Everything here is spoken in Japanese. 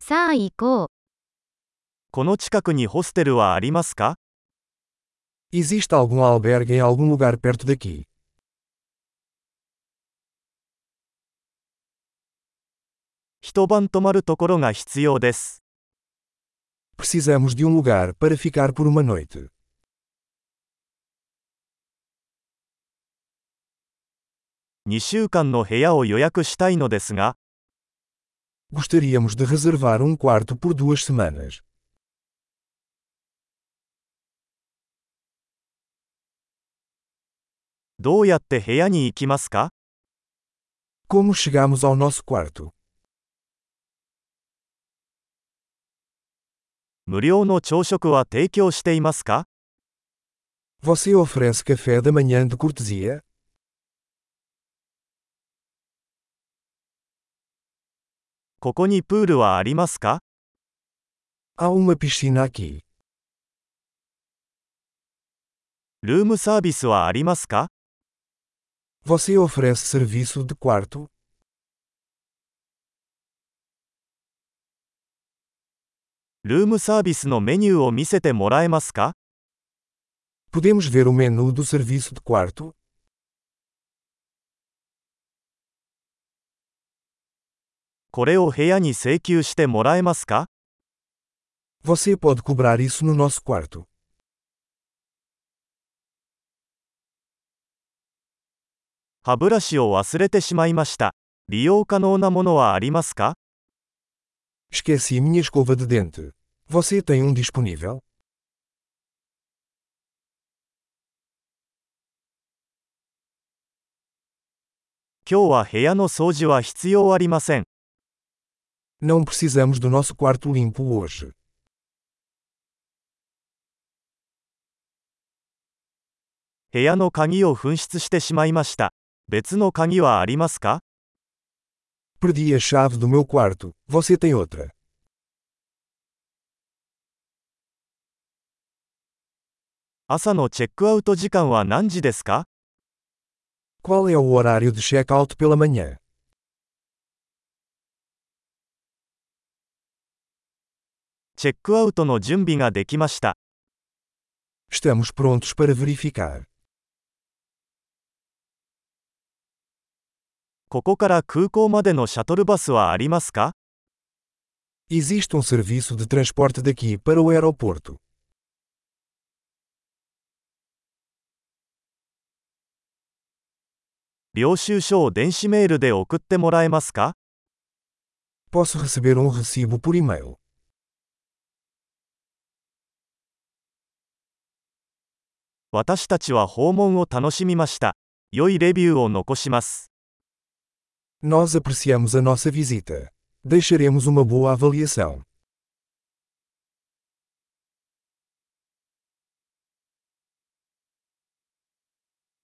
さあ行こう。この近くにホステルはありますか Existe algum albergue em algum lugar perto daqui? 一晩泊まるところが必要です。 Precisamos de um lugar para ficar por uma noite. 2週間の部屋を予約したいのですが、 Gostaríamos de reservar um quarto por duas semanas. どうやって部屋に行きますか Como chegamos ao nosso quarto? 無料の朝食は提供していますか Você oferece café da manhã de cortesia? ここにプールはありますか Há uma piscina aqui. ルームサービスはありますか Você oferece serviço de quarto? ルームサービスのメニューを見せてもらえますか Podemos ver o menu do serviço de quarto? これを部屋に請求してもらえますか Você pode cobrar isso no nosso quarto. 歯ブラシを忘れてしまいました。利用可能なものはありますか Esqueci minha escova de dente. Você tem um disponível? 今日は部屋の掃除は必要ありません。 Não precisamos do nosso quarto limpo hoje. 部屋の鍵を紛失してしまいました。別の鍵はありますか Perdi a chave do meu quarto. Você tem outra? 朝のチェックアウト時間は何時ですか Qual é o horário de check-out pela manhã? チェックアウトの準備ができました。 Estamos prontos para verificar. ここから空港までのシャトルバスはありますか Existe um serviço de transporte daqui para o aeroporto. 領収書を電子メールで送ってもらえますか Posso receber um recibo por e-mail. 私たちは訪問を楽しみました。良いレビューを残します。 Nós apreciamos a nossa visita. Deixaremos uma boa avaliação.